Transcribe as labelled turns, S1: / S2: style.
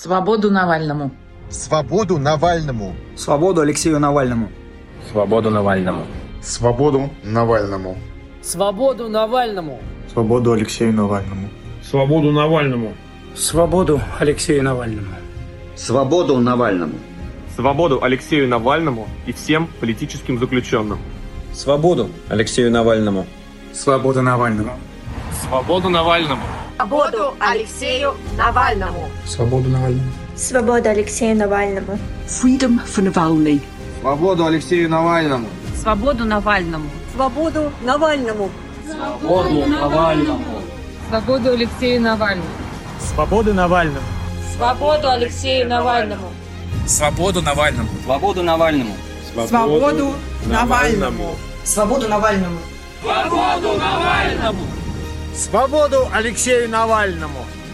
S1: Свободу Навальному!
S2: Свободу Навальному!
S3: Свободу Алексею Навальному!
S4: Свободу Навальному!
S5: Свободу Навальному!
S6: Свободу Навальному!
S7: Свободу Алексею Навальному!
S4: Свободу Навальному!
S6: Свободу Алексею Навальному!
S3: Свободу Навальному!
S8: Свободу Алексею Навальному и всем политическим заключенным.
S4: Свободу Алексею Навальному!
S3: Свободу Навальному!
S4: Свободу Навальному!
S9: Свободу Алексею Навальному!
S3: Свободу Навальному!
S10: Свобода Алексею Навальному!
S11: Freedom for Navalny!
S3: Свободу Алексею Навальному!
S9: Свободу Навальному!
S10: Свободу Навальному!
S6: Свободу Навальному!
S9: Свободу Алексею Навальному!
S8: Свободу Навальному!
S9: Свободу Алексею Навальному!
S4: Свободу Навальному!
S3: Свободу Навальному!
S4: Свободу Навальному!
S11: Свободу Навальному!
S8: Свободу Алексею Навальному!